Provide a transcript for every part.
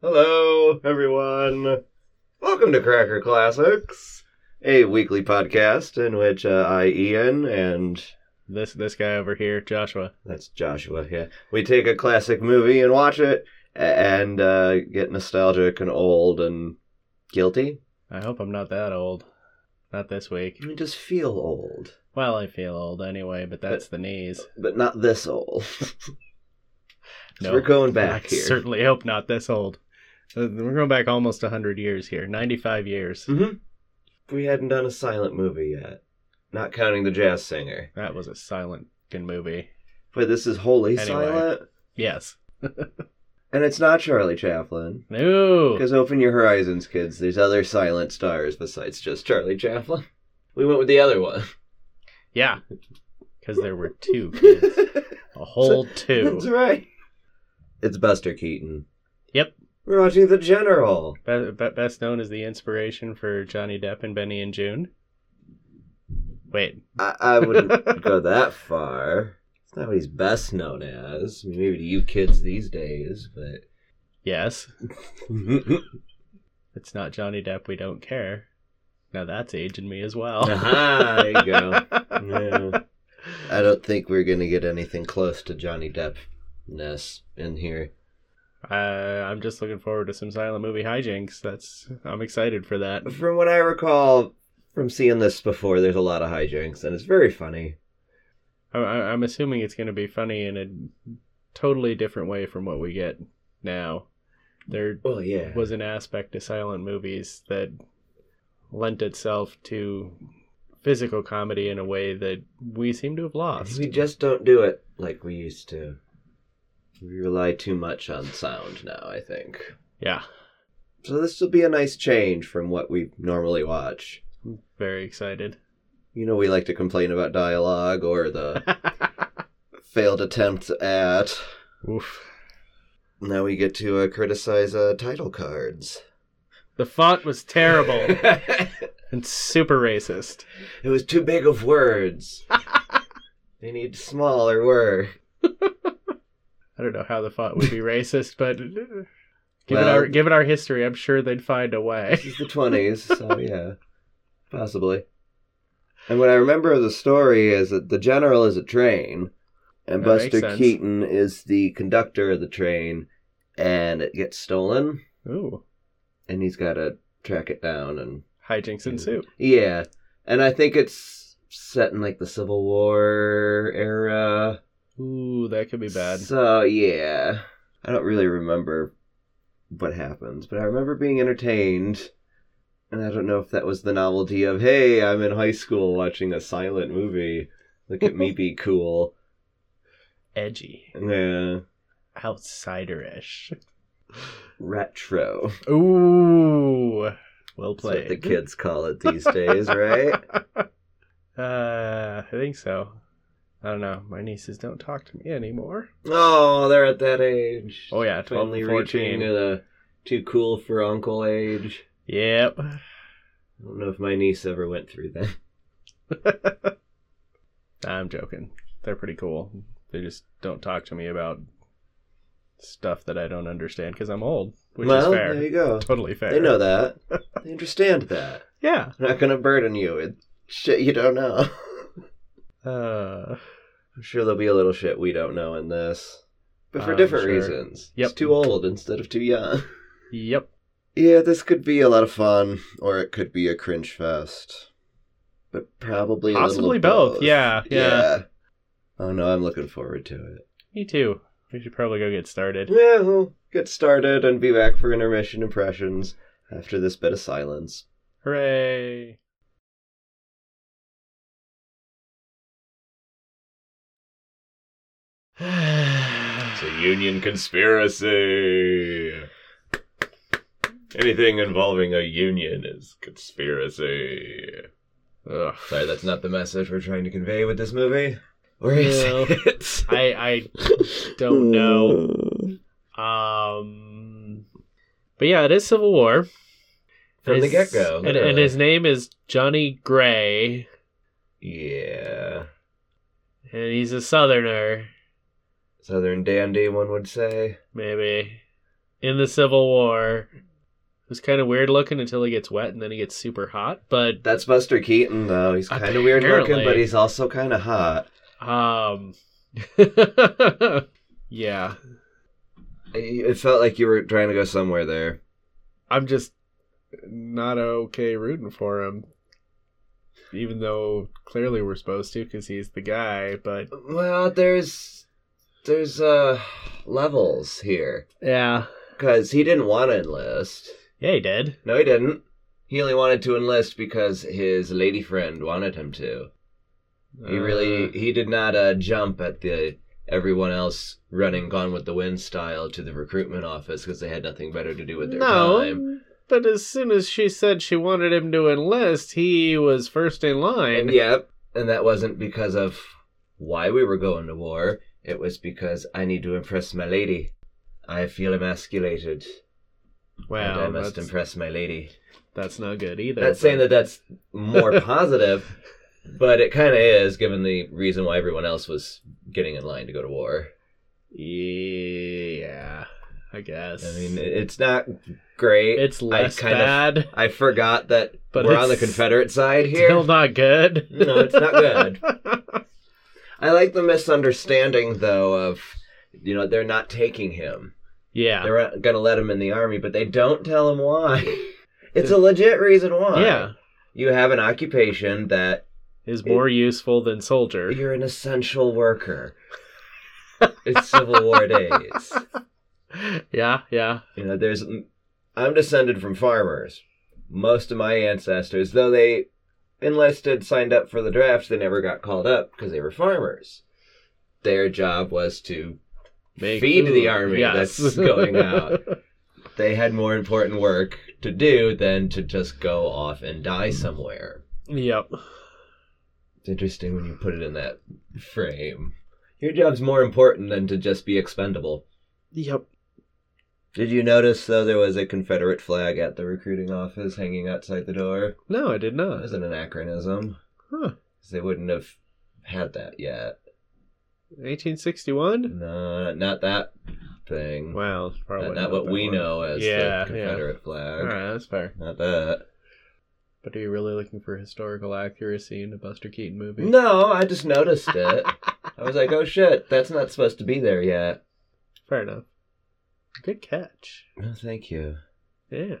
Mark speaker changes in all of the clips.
Speaker 1: Hello, everyone. Welcome to Cracker Classics, a weekly podcast in which uh, I, Ian, and
Speaker 2: This this guy over here, Joshua.
Speaker 1: that's Joshua, yeah, we take a classic movie and watch it a- and uh, get nostalgic and old and guilty.
Speaker 2: I hope I'm not that old. Not this week.
Speaker 1: You just feel old,
Speaker 2: Well, I feel old anyway, but that's the knees.
Speaker 1: but not this old.
Speaker 2: No.
Speaker 1: We're going back
Speaker 2: I
Speaker 1: here.
Speaker 2: certainly hope not this old. Uh, We're going back almost 100 years here. 95
Speaker 1: Hmm.
Speaker 2: years.
Speaker 1: we hadn't done a silent movie yet, not counting the jazz singer.
Speaker 2: That was a silent good movie.
Speaker 1: But this is wholly
Speaker 2: Anyway.
Speaker 1: silent,
Speaker 2: Yes.
Speaker 1: and it's not Charlie Chaplin.
Speaker 2: No.
Speaker 1: Because open your horizons, kids. There's other silent stars besides just Charlie Chaplin. We went with the other one.
Speaker 2: Yeah. Because there were two kids. A whole
Speaker 1: That's
Speaker 2: two.
Speaker 1: right. It's Buster Keaton.
Speaker 2: Yep.
Speaker 1: We're watching The General.
Speaker 2: Be- be- best known as the inspiration for Johnny Depp and Benny and June. Wait.
Speaker 1: I, I wouldn't go that far. It's not what he's best known as. I mean, maybe to you kids these days, but.
Speaker 2: Yes. it's not Johnny Depp, we don't care. Now that's aging me as well.
Speaker 1: Aha, there you go. Yeah. I don't think we're going to get anything close to Johnny Depp ness in here.
Speaker 2: Uh, I'm just looking forward to some silent movie hijinks. That's I'm excited for that.
Speaker 1: From what I recall from seeing this before, there's a lot of hijinks, and it's very funny.
Speaker 2: I, I, I'm assuming it's going to be funny in a totally different way from what we get now. There
Speaker 1: Well, yeah.
Speaker 2: was an aspect to silent movies that lent itself to physical comedy in a way that we seem to have lost.
Speaker 1: we just don't do it like we used to. We rely too much on sound now, I think.
Speaker 2: Yeah,
Speaker 1: So this will be a nice change from what we normally watch.
Speaker 2: very excited.
Speaker 1: You know, we like to complain about dialogue or the failed attempts at.
Speaker 2: Oof.
Speaker 1: Now we get to uh, criticize uh, title cards.
Speaker 2: The font was terrible.
Speaker 1: it
Speaker 2: and super racist.
Speaker 1: was too big of words. they need smaller words.
Speaker 2: I don't know how the font would be racist, but given
Speaker 1: Well-
Speaker 2: our given our history, I'm sure they'd find a way.
Speaker 1: This is the twenties, so yeah, possibly. And what I remember of the story is that the general is a train, and
Speaker 2: That makes
Speaker 1: Buster
Speaker 2: sense.
Speaker 1: Keaton is the conductor of the train, and it gets stolen,
Speaker 2: Ooh,
Speaker 1: and he's got to track it down, and
Speaker 2: hijinks ensue.
Speaker 1: yeah, and I think it's set in like the Civil War era.
Speaker 2: Ooh, that could be bad.
Speaker 1: So yeah, I don't really remember what happens, but I remember being entertained. And I don't know if that was the novelty of hey, I'm in high school watching a silent movie. Look at me be cool.
Speaker 2: Edgy,
Speaker 1: Yeah,
Speaker 2: outsiderish.
Speaker 1: retro.
Speaker 2: Ooh, well
Speaker 1: That's what the
Speaker 2: played.
Speaker 1: kids call it these days, right?
Speaker 2: Uh, I think so. I don't know. My nieces don't talk to me anymore.
Speaker 1: Oh, they're at that age.
Speaker 2: Oh yeah, twelve
Speaker 1: Finally
Speaker 2: to
Speaker 1: reaching
Speaker 2: fourteen.
Speaker 1: the too cool for uncle age.
Speaker 2: Yep.
Speaker 1: I don't know if my niece ever went through that.
Speaker 2: I'm joking. They're pretty cool. They just don't talk to me about stuff that I don't understand because I'm old, which
Speaker 1: well,
Speaker 2: is fair.
Speaker 1: there you go.
Speaker 2: Totally fair.
Speaker 1: They know that. They understand that.
Speaker 2: Yeah.
Speaker 1: I'm not gonna burden you with shit you don't know.
Speaker 2: Uh,
Speaker 1: I'm sure there'll be a little shit we don't know in this, but for
Speaker 2: I'm
Speaker 1: different
Speaker 2: sure.
Speaker 1: reasons.
Speaker 2: Yep.
Speaker 1: It's too old instead of too young.
Speaker 2: yep.
Speaker 1: yeah, this could be a lot of fun, or it could be a cringe fest, but probably a little
Speaker 2: Possibly
Speaker 1: of
Speaker 2: both. Yeah, yeah.
Speaker 1: Oh no, I'm looking forward to it.
Speaker 2: Me too. We should probably go get started.
Speaker 1: Yeah, we'll get started and be back for intermission impressions after this bit of silence.
Speaker 2: Hooray!
Speaker 1: It's a union conspiracy. Anything involving a union is conspiracy.
Speaker 2: Ugh.
Speaker 1: Sorry, that's not the message we're trying to convey with this movie. Or is
Speaker 2: No.
Speaker 1: it?
Speaker 2: I I don't know. Um, but yeah, it is Civil War.
Speaker 1: From the
Speaker 2: His-
Speaker 1: get-go,
Speaker 2: and, and his name is Johnny Gray,
Speaker 1: Yeah.
Speaker 2: and he's a Southerner,
Speaker 1: Southern dandy, one would say.
Speaker 2: maybe. in the Civil War, who's kind of weird looking until he gets wet and then he gets super hot. But
Speaker 1: That's Buster Keaton, though. He's kind of weird looking,
Speaker 2: Apparently.
Speaker 1: but he's also kind of hot.
Speaker 2: um, yeah,
Speaker 1: I- It felt like you were trying to go somewhere there.
Speaker 2: I'm just not okay rooting for him, even though clearly we're supposed to because he's the guy. But
Speaker 1: Well, there's there's uh levels here
Speaker 2: yeah,
Speaker 1: because he didn't want to enlist.
Speaker 2: yeah, he did.
Speaker 1: No, he didn't. He only wanted to enlist because his lady friend wanted him to. He really he did not uh, jump at the everyone else running Gone with the Wind style to the recruitment office because they had nothing better to do with their
Speaker 2: no,
Speaker 1: time.
Speaker 2: but as soon as she said she wanted him to enlist, he was first in line.
Speaker 1: And yep, and that wasn't because of why we were going to war. It was because I need to impress my lady. I feel emasculated, and I
Speaker 2: Wow,
Speaker 1: must
Speaker 2: that's,
Speaker 1: impress my lady.
Speaker 2: that's not good either.
Speaker 1: Not saying that that's more positive, but it kind of is, given the reason why everyone else was getting in line to go to war.
Speaker 2: Yeah, I guess.
Speaker 1: I mean, it- it's not great.
Speaker 2: it's less
Speaker 1: kind of-
Speaker 2: bad,
Speaker 1: I forgot that
Speaker 2: but
Speaker 1: we're
Speaker 2: it's
Speaker 1: on the Confederate side here.
Speaker 2: Still not good.
Speaker 1: No, it's not good. I like the misunderstanding, though, of you know they're not taking him.
Speaker 2: yeah,
Speaker 1: They're going to let him in the army, but they don't tell him why. It's a legit reason why.
Speaker 2: yeah,
Speaker 1: You have an occupation that
Speaker 2: is more useful than soldier.
Speaker 1: you're an essential worker. It's Civil War days.
Speaker 2: Yeah, yeah,
Speaker 1: You know, there's. I'm descended from farmers. Most of my ancestors, though they enlisted, signed up for the draft, they never got called up because they were farmers. Their job was to
Speaker 2: Make
Speaker 1: feed
Speaker 2: food.
Speaker 1: the army
Speaker 2: Yes.
Speaker 1: that's going out. they had more important work to do than to just go off and die somewhere.
Speaker 2: yep.
Speaker 1: It's interesting when you put it in that frame. Your job's more important than to just be expendable.
Speaker 2: Yep.
Speaker 1: Did you notice, though, there was a Confederate flag at the recruiting office hanging outside the door?
Speaker 2: No, I did
Speaker 1: That
Speaker 2: not.
Speaker 1: was an anachronism.
Speaker 2: Huh.
Speaker 1: 'Cause They wouldn't have had that yet.
Speaker 2: 1861.
Speaker 1: No, not that thing.
Speaker 2: Wow, probably
Speaker 1: not, not Hmm. what
Speaker 2: that
Speaker 1: we
Speaker 2: one.
Speaker 1: know as
Speaker 2: Yeah, yeah.
Speaker 1: the Confederate flag.
Speaker 2: All right, that's fair.
Speaker 1: Not that.
Speaker 2: But are you really looking for historical accuracy in a Buster Keaton movie?
Speaker 1: No, I just noticed it. I was like, oh shit, that's not supposed to be there yet.
Speaker 2: Fair enough. Good catch.
Speaker 1: No, thank you.
Speaker 2: Yeah.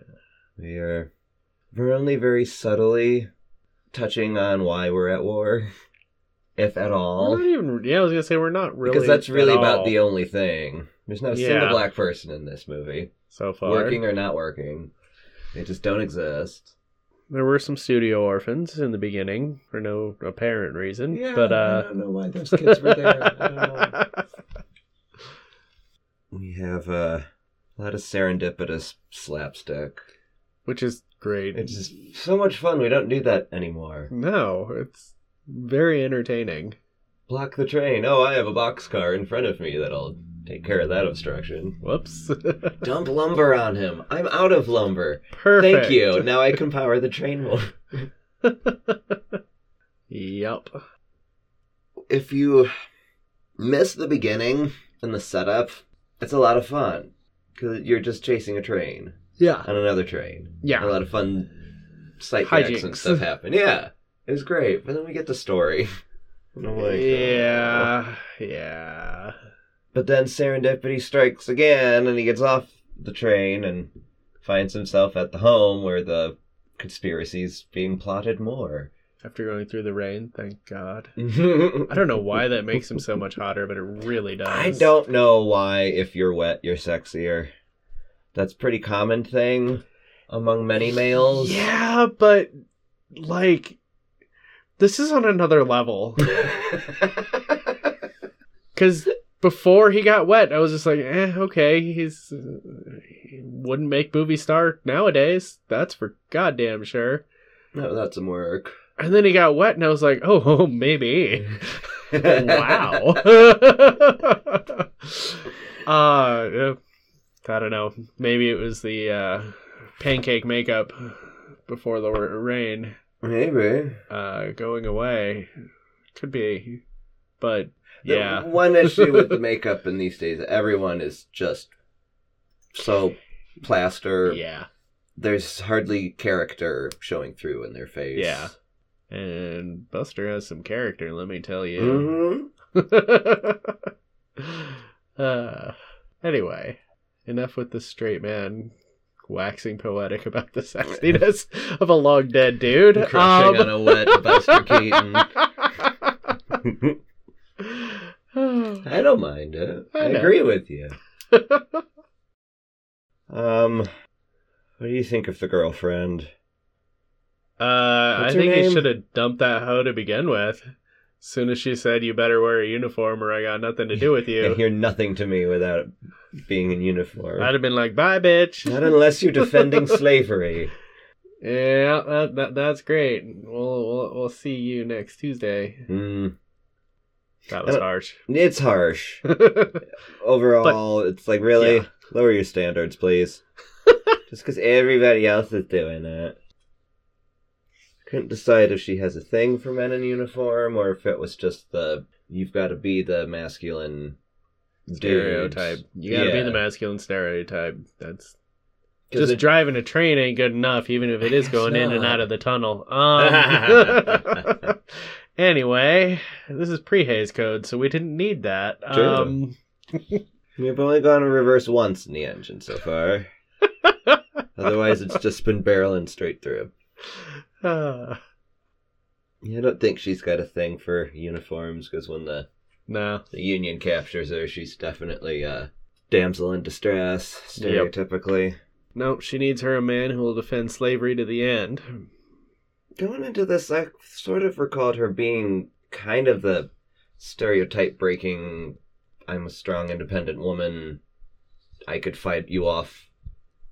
Speaker 1: We are. We're only very subtly touching on why we're at war, if at all.
Speaker 2: We're not even. Yeah, I was gonna say we're not really.
Speaker 1: because that's
Speaker 2: at
Speaker 1: really about
Speaker 2: all
Speaker 1: the only thing. There's not a single
Speaker 2: Yeah.
Speaker 1: black person in this movie,
Speaker 2: so far.
Speaker 1: working or not working. They just don't exist.
Speaker 2: There were some studio orphans in the beginning for no apparent reason,
Speaker 1: Yeah,
Speaker 2: but uh,
Speaker 1: I don't know why those kids were there. I don't know. We have uh, a lot of serendipitous slapstick.
Speaker 2: which is great.
Speaker 1: It's just so much fun. We don't do that anymore.
Speaker 2: No, it's very entertaining.
Speaker 1: Block the train. Oh, I have a boxcar in front of me that'll take care of that obstruction.
Speaker 2: Whoops.
Speaker 1: Dump lumber on him. I'm out of lumber.
Speaker 2: Perfect.
Speaker 1: Thank you. Now I can power the train more.
Speaker 2: Yep.
Speaker 1: If you miss the beginning and the setup, it's a lot of fun. Because you're just chasing a train
Speaker 2: Yeah.
Speaker 1: on another train. And
Speaker 2: Yeah.
Speaker 1: a lot of fun sight gags
Speaker 2: Hijinks.
Speaker 1: and stuff happen. Yeah. It was great. But then we get the story. And I'm like, uh, oh.
Speaker 2: yeah. Yeah.
Speaker 1: But then serendipity strikes again, and he gets off the train and finds himself at the home where the conspiracy's being plotted more.
Speaker 2: After going through the rain, thank God. I
Speaker 1: I
Speaker 2: don't know why that makes him so much hotter, but it really does.
Speaker 1: don't know why, if you're wet, you're sexier. That's a pretty common thing among many males.
Speaker 2: Yeah, but like this is on another level. Because before he got wet, I was just like, eh, okay, he's uh, he wouldn't make movie star nowadays. That's for goddamn sure.
Speaker 1: no, that's some work.
Speaker 2: And then he got wet, and I was like, oh, oh maybe. wow. uh, uh, I don't know. Maybe it was the uh, pancake makeup before the r- rain
Speaker 1: Maybe.
Speaker 2: uh, going away. Could be, but
Speaker 1: The
Speaker 2: yeah,
Speaker 1: one issue with the makeup in these days, everyone is just so plaster.
Speaker 2: Yeah.
Speaker 1: There's hardly character showing through in their face.
Speaker 2: Yeah. And Buster has some character, let me tell you.
Speaker 1: hmm Mm-hmm.
Speaker 2: uh, anyway, enough with the straight man waxing poetic about the sexiness of a long dead dude.
Speaker 1: Crushing
Speaker 2: Um,
Speaker 1: on a wet Buster Keaton. I don't mind it. I,
Speaker 2: I know.
Speaker 1: agree with you. um, what do you think of the girlfriend?
Speaker 2: uh, I
Speaker 1: What's her
Speaker 2: think he
Speaker 1: name?
Speaker 2: should have dumped that hoe to begin with. soon as she said, "You better wear a uniform, or I got nothing to do with
Speaker 1: You
Speaker 2: you,"
Speaker 1: can hear nothing to me without being in uniform.
Speaker 2: I'd have been like, "Bye, bitch."
Speaker 1: Not unless you're defending slavery.
Speaker 2: Yeah, that, that that's great. We'll, we'll we'll see you next Tuesday.
Speaker 1: Mm,
Speaker 2: That was
Speaker 1: I don't-
Speaker 2: harsh.
Speaker 1: it's harsh. Overall, it's like, really?
Speaker 2: Yeah.
Speaker 1: Lower your standards, please. Just because everybody else is doing it. Couldn't decide if she has a thing for men in uniform or if it was just the you've got to be the masculine dudes.
Speaker 2: stereotype. You gotta be
Speaker 1: Yeah.
Speaker 2: the masculine stereotype. That's
Speaker 1: 'Cause
Speaker 2: just
Speaker 1: it-
Speaker 2: driving a train ain't good enough, even if it is
Speaker 1: guess
Speaker 2: going in and
Speaker 1: not.
Speaker 2: out of the tunnel. Um, anyway, this is pre-haze code, so we didn't need that.
Speaker 1: True.
Speaker 2: Um,
Speaker 1: We've only gone in reverse once in the engine so far. Otherwise, it's just been barreling straight through.
Speaker 2: uh,
Speaker 1: Yeah, I don't think she's got a thing for uniforms because when the,
Speaker 2: no,
Speaker 1: the union captures her, she's definitely a damsel in distress,
Speaker 2: Yep.
Speaker 1: stereotypically.
Speaker 2: no, she needs her a man who will defend slavery to the end.
Speaker 1: Going into this, I sort of recalled her being kind of the stereotype breaking, I'm a strong, independent woman. I could fight you off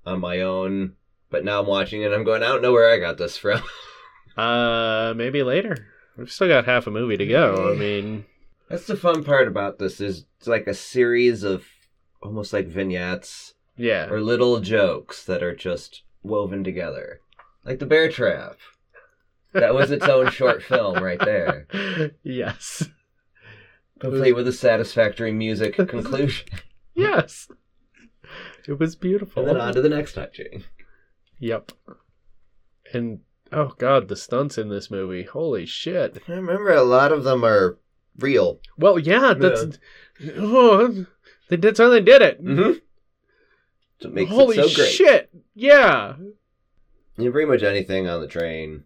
Speaker 1: on my own. But now I'm watching it and I'm going, I don't know where I got this from.
Speaker 2: Uh, maybe later. We've still got half a movie to go. I mean,
Speaker 1: That's the fun part about this is it's like a series of almost like vignettes
Speaker 2: yeah.
Speaker 1: or little jokes that are just woven together. Like the bear trap. That was its own short film right there.
Speaker 2: yes.
Speaker 1: Complete with a satisfactory music conclusion.
Speaker 2: Yes. It was beautiful.
Speaker 1: And then on to the next touching.
Speaker 2: Yep. And oh god, the stunts in this movie. Holy shit.
Speaker 1: I remember a lot of them are real.
Speaker 2: Well, yeah, that's oh, they did so they did it.
Speaker 1: Mm-hmm. So it makes
Speaker 2: Holy
Speaker 1: it so great.
Speaker 2: shit. Yeah.
Speaker 1: Yeah, pretty much anything on the train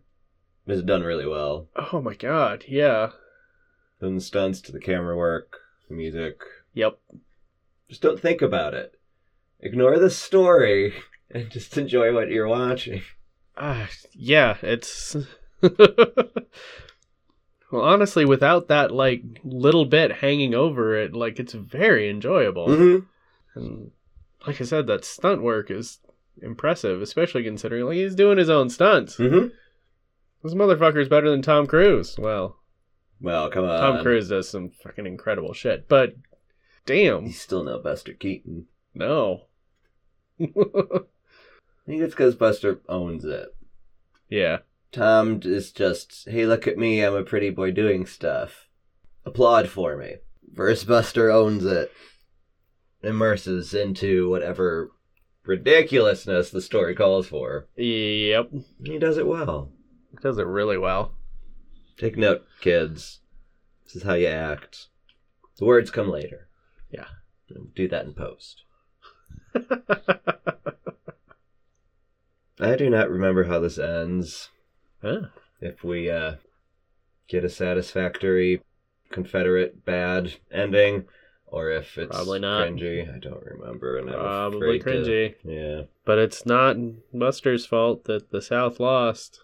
Speaker 1: is done really well.
Speaker 2: Oh my god. Yeah.
Speaker 1: From the stunts to the camera work, the music,
Speaker 2: Yep.
Speaker 1: just don't think about it. Ignore the story and just enjoy what you're watching.
Speaker 2: Ah, yeah, it's Well, honestly, without that like little bit hanging over it, like it's very enjoyable.
Speaker 1: Mm-hmm.
Speaker 2: And like I said, that stunt work is impressive, especially considering like he's doing his own stunts.
Speaker 1: Mm-hmm.
Speaker 2: This motherfucker's better than Tom Cruise. Well,
Speaker 1: Well, come on.
Speaker 2: Tom Cruise does some fucking incredible shit, but damn,
Speaker 1: He's still no Buster Keaton.
Speaker 2: no.
Speaker 1: I think it's because Buster owns it.
Speaker 2: yeah.
Speaker 1: Tom is just, hey, look at me, I'm a pretty boy doing stuff. Applaud for me. Verse Buster owns it. Immerses into whatever ridiculousness the story calls for.
Speaker 2: Yep.
Speaker 1: He does it well.
Speaker 2: Does it really well.
Speaker 1: Take note, kids. This is how you act. The words come later.
Speaker 2: Yeah.
Speaker 1: Do that in post. I do not remember how this ends.
Speaker 2: Huh.
Speaker 1: If we uh, get a satisfactory Confederate bad ending, or if it's
Speaker 2: Probably not.
Speaker 1: cringy, I don't remember. And I'm
Speaker 2: Probably
Speaker 1: afraid to-
Speaker 2: cringy.
Speaker 1: yeah.
Speaker 2: But it's not Buster's fault that the South lost.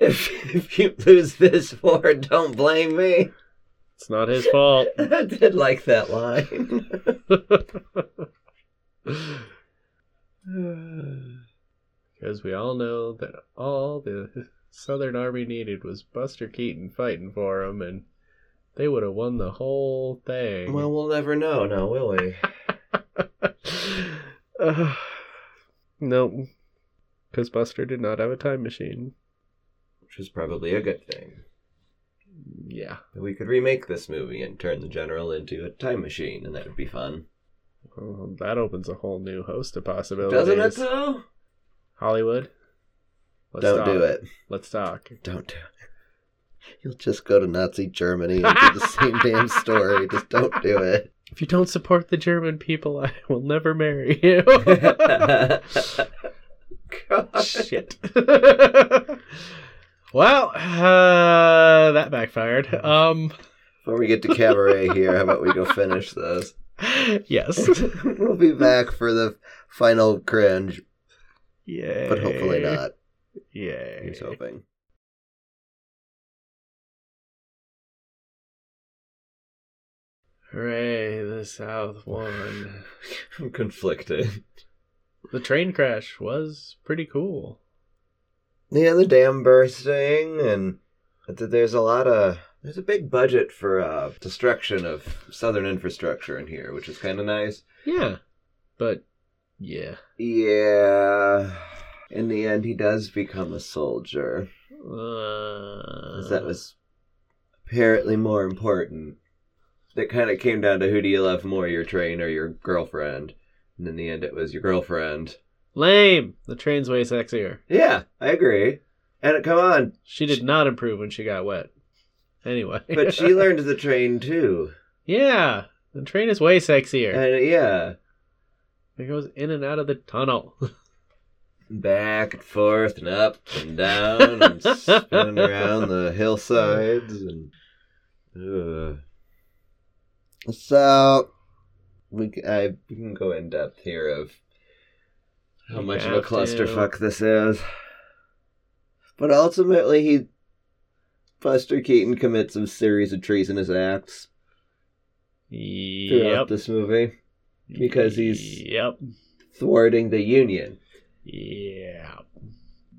Speaker 1: If, if you lose this war, don't blame me.
Speaker 2: It's not his fault.
Speaker 1: I did like that line.
Speaker 2: Because we all know that all the Southern Army needed was Buster Keaton fighting for them, and they would have won the whole thing.
Speaker 1: well, we'll never know now, will we?
Speaker 2: Ugh. no, because Buster did not have a time machine.
Speaker 1: Which is probably a good thing.
Speaker 2: Yeah.
Speaker 1: We could remake this movie and turn the general into a time machine, and that would be fun.
Speaker 2: Well, that opens a whole new host of possibilities.
Speaker 1: Doesn't it though?
Speaker 2: Hollywood. Let's
Speaker 1: Don't
Speaker 2: talk.
Speaker 1: do it.
Speaker 2: Let's talk.
Speaker 1: Don't do it. You'll just go to Nazi Germany and do the same damn story. Just don't do it.
Speaker 2: If you don't support the German people, I will never marry you.
Speaker 1: God.
Speaker 2: Shit. well, uh, that backfired. Um,
Speaker 1: Before we get to cabaret here, how about we go finish this?
Speaker 2: yes.
Speaker 1: we'll be back for the final cringe,
Speaker 2: Yay.
Speaker 1: but hopefully not.
Speaker 2: Yay.
Speaker 1: Here's hoping.
Speaker 2: Hooray, the South won.
Speaker 1: I'm conflicted.
Speaker 2: the train crash was pretty cool.
Speaker 1: Yeah, the dam bursting, and th- there's a lot of there's a big budget for uh, destruction of southern infrastructure in here, which is kind of nice.
Speaker 2: Yeah. But, yeah.
Speaker 1: Yeah. In the end, he does become a soldier.
Speaker 2: Uh,
Speaker 1: 'cause that was apparently more important. That kind of came down to who do you love more, your train or your girlfriend? And in the end, it was your girlfriend.
Speaker 2: lame. The train's way sexier.
Speaker 1: Yeah, I agree. And come on,
Speaker 2: She did not improve when she got wet. Anyway.
Speaker 1: but she learned the train too.
Speaker 2: yeah. The train is way sexier.
Speaker 1: And yeah,
Speaker 2: It goes in and out of the tunnel.
Speaker 1: back and forth and up and down and spinning around the hillsides and. Ugh. So, we c- I we can go in depth here of how
Speaker 2: You
Speaker 1: much of a
Speaker 2: have to.
Speaker 1: clusterfuck this is. But ultimately, he Buster Keaton commits a series of treasonous acts throughout
Speaker 2: Yep.
Speaker 1: this movie, because he's-
Speaker 2: Yep.
Speaker 1: thwarting the Union.
Speaker 2: Yeah.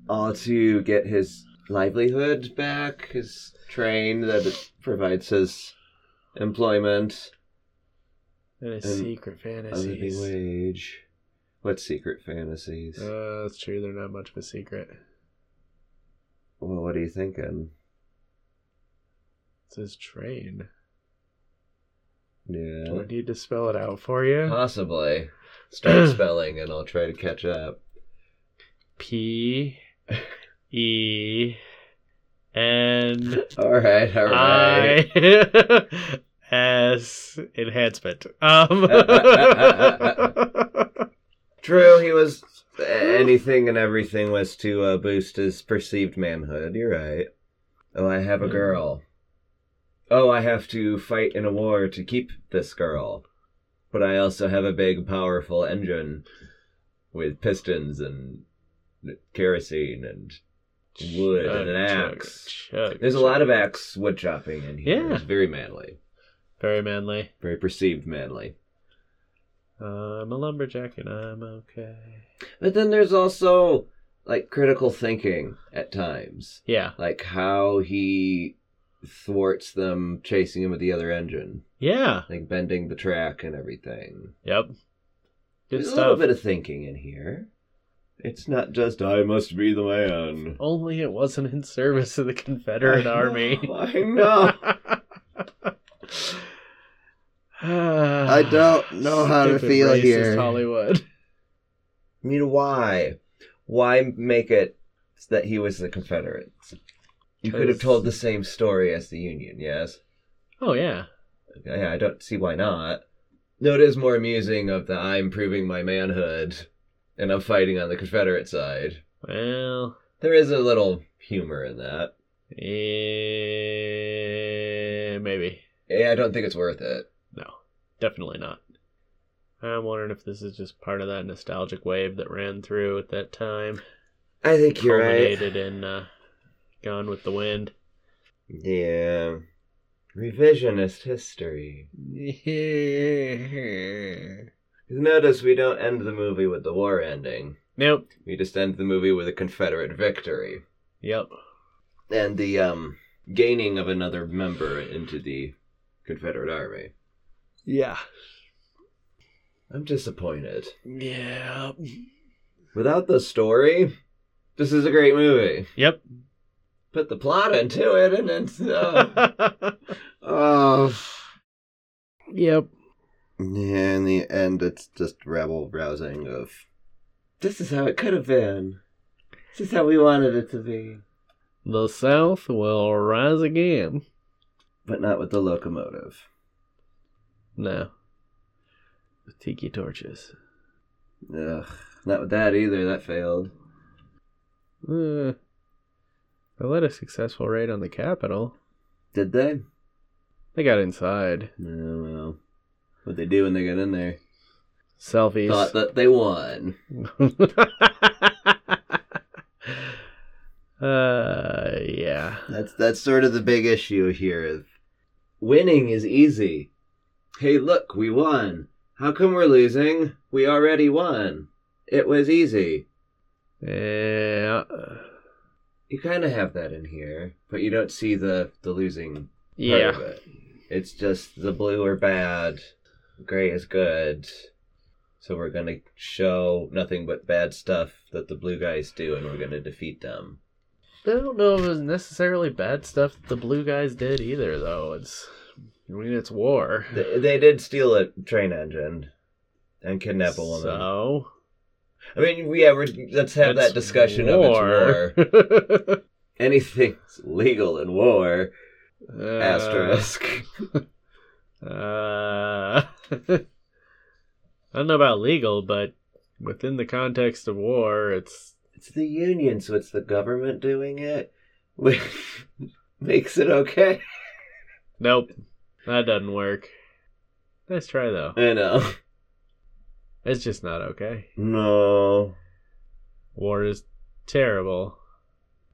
Speaker 1: all to get his livelihood back, his train that provides his employment,
Speaker 2: And his
Speaker 1: And
Speaker 2: secret
Speaker 1: a living
Speaker 2: fantasies.
Speaker 1: wage. What secret fantasies?
Speaker 2: Uh, that's true. They're not much of a secret.
Speaker 1: well, what are you thinking?
Speaker 2: It's his train. Do
Speaker 1: Yeah,
Speaker 2: I need to spell it out for you?
Speaker 1: possibly. Start spelling, and I'll try to catch up.
Speaker 2: P E N
Speaker 1: All right, all right.
Speaker 2: I as enhancement.
Speaker 1: Uh,
Speaker 2: Um,
Speaker 1: True, he was anything and everything was to uh, boost his perceived manhood. You're right. Oh, I have a girl. Oh, I have to fight in a war to keep this girl. But I also have a big, powerful engine with pistons and kerosene, and Wood and an
Speaker 2: Chug,
Speaker 1: axe.
Speaker 2: chug, chug,
Speaker 1: there's a lot of
Speaker 2: chug.
Speaker 1: axe wood chopping in here.
Speaker 2: Yeah.
Speaker 1: It's very manly,
Speaker 2: Very manly.
Speaker 1: very perceived manly.
Speaker 2: I'm a lumberjack and I'm okay.
Speaker 1: But then there's also like critical thinking at times.
Speaker 2: Yeah,
Speaker 1: like how he thwarts them chasing him with the other engine,
Speaker 2: yeah,
Speaker 1: like bending the track and everything.
Speaker 2: yep. Good
Speaker 1: There's a little
Speaker 2: stuff.
Speaker 1: bit of thinking in here. It's not just I must be the man.
Speaker 2: Only it wasn't in service of the Confederate
Speaker 1: I know,
Speaker 2: Army.
Speaker 1: I know.
Speaker 2: I
Speaker 1: don't know how to feel here.
Speaker 2: Hollywood.
Speaker 1: I mean, why? Why make it that he was the Confederates? You could have
Speaker 2: 'Cause-
Speaker 1: told the same story as the Union, yes?
Speaker 2: Oh yeah,
Speaker 1: Yeah, I don't see why not. No, it is more amusing of the I'm proving my manhood and I'm fighting on the Confederate side.
Speaker 2: well,
Speaker 1: There is a little humor in that.
Speaker 2: eh, maybe.
Speaker 1: Yeah, I don't think it's worth it.
Speaker 2: No, definitely not. I'm wondering if this is just part of that nostalgic wave that ran through at that time,
Speaker 1: I think you're right.
Speaker 2: culminated in uh, Gone with the Wind.
Speaker 1: Yeah. Revisionist history. Notice we don't end the movie with the war ending.
Speaker 2: nope.
Speaker 1: We just end the movie with a Confederate victory
Speaker 2: Yep.
Speaker 1: and the um gaining of another member into the Confederate army.
Speaker 2: Yeah.
Speaker 1: I'm disappointed.
Speaker 2: Yeah.
Speaker 1: Without the story, this is a great movie.
Speaker 2: Yep.
Speaker 1: Put the plot into it and it's uh, oh
Speaker 2: yep.
Speaker 1: Yeah, in the end, it's just rabble rousing of. This is how it could have been. This is how we wanted it to be.
Speaker 2: The South will rise again.
Speaker 1: But not with the locomotive.
Speaker 2: No. With tiki torches.
Speaker 1: Ugh, not with that either. That failed.
Speaker 2: Uh, they led a successful raid on the capital.
Speaker 1: Did they?
Speaker 2: They got inside.
Speaker 1: No, well. What they do when they got in there?
Speaker 2: Selfies.
Speaker 1: Thought that they won.
Speaker 2: uh, yeah.
Speaker 1: That's that's sort of the big issue here. is Winning is easy. Hey, look, we won. How come we're losing? We already won. It was easy.
Speaker 2: Yeah.
Speaker 1: You kind of have that in here, but you don't see the the losing part
Speaker 2: Yeah.
Speaker 1: of it. It's just the blue are bad, gray is good. So we're gonna show nothing but bad stuff that the blue guys do, and we're gonna defeat them.
Speaker 2: I don't know if it was necessarily bad stuff the blue guys did either, though. It's, I mean, it's war.
Speaker 1: They, they did steal a train engine and kidnap a woman.
Speaker 2: So,
Speaker 1: I mean, we ever let's have
Speaker 2: it's
Speaker 1: that discussion of it's war. Anything's legal in war.
Speaker 2: Uh,
Speaker 1: Asterisk.
Speaker 2: Uh, I don't know about legal, but within the context of war, it's
Speaker 1: It's the union, so it's the government doing it, which makes it okay.
Speaker 2: nope. That doesn't work. Nice try though.
Speaker 1: I know.
Speaker 2: It's just not okay.
Speaker 1: No.
Speaker 2: War is terrible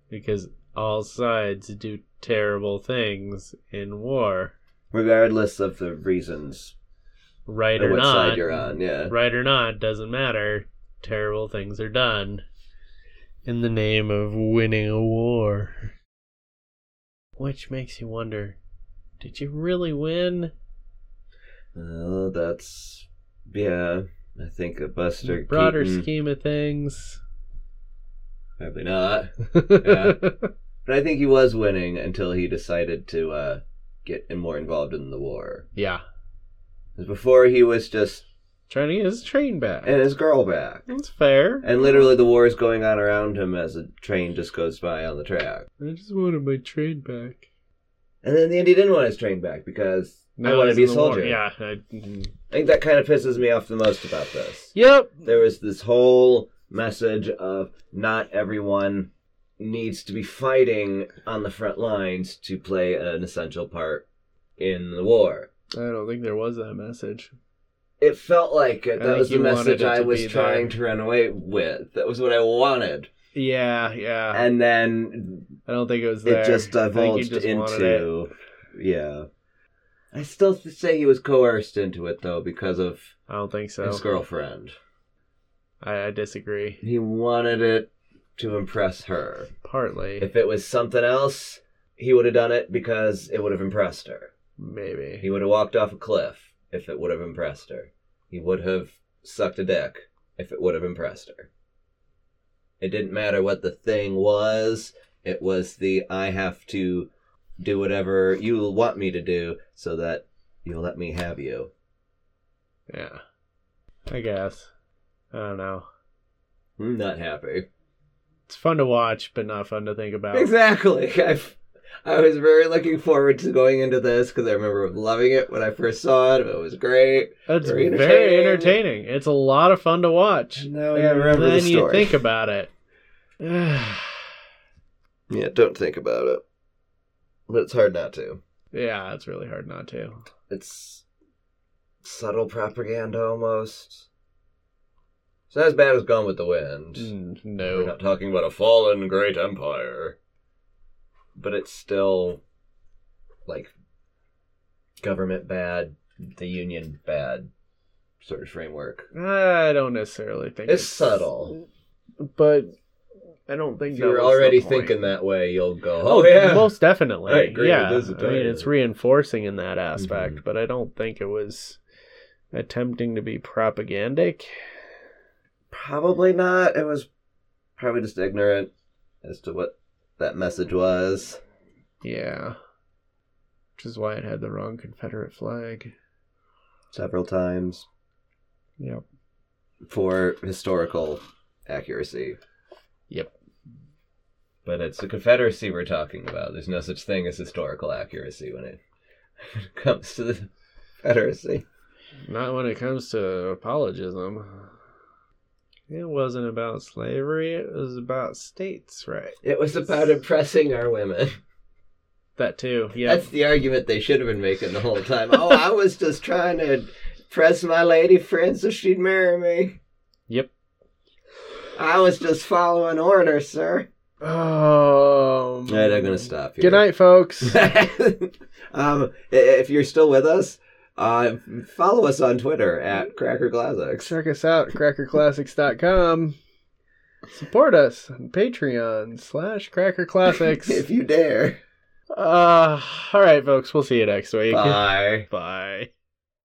Speaker 2: because all sides do terrible things in war,
Speaker 1: Regardless of the reasons
Speaker 2: right
Speaker 1: or
Speaker 2: or
Speaker 1: what
Speaker 2: not.
Speaker 1: side you're on, yeah.
Speaker 2: right or not doesn't matter. Terrible things are done in the name of winning a war. Which makes you wonder did you really win?
Speaker 1: Well, that's yeah. I think a
Speaker 2: In the
Speaker 1: Buster
Speaker 2: broader
Speaker 1: Keaton-
Speaker 2: scheme of things.
Speaker 1: probably not. Yeah. But I think he was winning until he decided to uh, get more involved in the war.
Speaker 2: Yeah.
Speaker 1: 'Cause Before he was just
Speaker 2: Trying to get his train back.
Speaker 1: and his girl back,
Speaker 2: That's fair.
Speaker 1: and literally the war is going on around him as a train just goes by on the track.
Speaker 2: I just wanted my train back.
Speaker 1: And then in the end, he didn't want his train back because I
Speaker 2: Now
Speaker 1: want to
Speaker 2: he's
Speaker 1: be a
Speaker 2: in the war.
Speaker 1: soldier.
Speaker 2: Yeah. I-
Speaker 1: I think that kind of pisses me off the most about this.
Speaker 2: yep.
Speaker 1: There was this whole message of not everyone needs to be fighting on the front lines to play an essential part in the war.
Speaker 2: I don't think there was that message.
Speaker 1: It felt like it.
Speaker 2: I
Speaker 1: That
Speaker 2: think
Speaker 1: was the
Speaker 2: you wanted
Speaker 1: message
Speaker 2: it
Speaker 1: I
Speaker 2: to
Speaker 1: was
Speaker 2: be
Speaker 1: trying
Speaker 2: there.
Speaker 1: to run away with. That was what I wanted.
Speaker 2: Yeah, yeah.
Speaker 1: And then
Speaker 2: I don't think it was there.
Speaker 1: it just
Speaker 2: I think
Speaker 1: divulged
Speaker 2: he just wanted it.
Speaker 1: into. Yeah. I still say he was coerced into it, though, because of
Speaker 2: I don't think so.
Speaker 1: his girlfriend.
Speaker 2: I, I disagree.
Speaker 1: He wanted it to impress her.
Speaker 2: Partly,
Speaker 1: If it was something else, he would have done it because it would have impressed her. He
Speaker 2: maybe.
Speaker 1: would have walked off a cliff if it would have impressed her. He would have sucked a dick if it would have impressed her. It didn't matter what the thing was. It was the I have to do whatever you want me to do so that you'll let me have you.
Speaker 2: Yeah, I guess. I don't know.
Speaker 1: I'm not happy.
Speaker 2: It's fun to watch, but not fun to think about.
Speaker 1: Exactly. I I was very looking forward to going into this because I remember loving it when I first saw it. It was great.
Speaker 2: It's
Speaker 1: Very
Speaker 2: very,
Speaker 1: entertaining. Oh,
Speaker 2: entertaining. It's a lot of fun to watch.
Speaker 1: Now
Speaker 2: And then you think about it.
Speaker 1: Yeah, don't think about it. But it's hard not to.
Speaker 2: yeah, it's really hard not to.
Speaker 1: It's subtle propaganda almost. It's not as bad as Gone with the Wind.
Speaker 2: Mm,
Speaker 1: We're
Speaker 2: No.
Speaker 1: not talking about a fallen great empire. But it's still like government bad, the union bad sort of framework.
Speaker 2: I don't necessarily think
Speaker 1: It's subtle.
Speaker 2: but I don't think
Speaker 1: If
Speaker 2: that
Speaker 1: you're
Speaker 2: was the
Speaker 1: already
Speaker 2: point.
Speaker 1: thinking that way, you'll go, oh yeah.
Speaker 2: most definitely.
Speaker 1: I agree, Mm-hmm. it
Speaker 2: Yeah,
Speaker 1: is a
Speaker 2: I mean, it's
Speaker 1: tiger.
Speaker 2: reinforcing in that aspect, but I don't think it was attempting to be propagandic.
Speaker 1: Probably not. It was probably just ignorant as to what that message was.
Speaker 2: Yeah, which is why it had the wrong Confederate flag.
Speaker 1: several times
Speaker 2: Yep.
Speaker 1: for historical accuracy.
Speaker 2: Yep.
Speaker 1: But it's the Confederacy we're talking about. There's no such thing as historical accuracy when it comes to the Confederacy.
Speaker 2: Not when it comes to apologism. It wasn't about slavery, it was about states' right.
Speaker 1: It was about oppressing our women.
Speaker 2: That too. Yeah.
Speaker 1: That's the argument they should have been making the whole time. oh, I was just trying to press my lady friend so she'd marry me.
Speaker 2: Yep.
Speaker 1: I was just following order, sir.
Speaker 2: Oh.
Speaker 1: All right, I'm gonna stop here.
Speaker 2: Um, Good night, folks.
Speaker 1: um, i- if you're still with us, uh, follow us on Twitter at Cracker Glazex.
Speaker 2: Check us out at crackerclassics.com. Support us on Patreon slash Cracker Classics.
Speaker 1: If you dare.
Speaker 2: uh, all right, folks. We'll see you next week.
Speaker 1: Bye.
Speaker 2: Bye.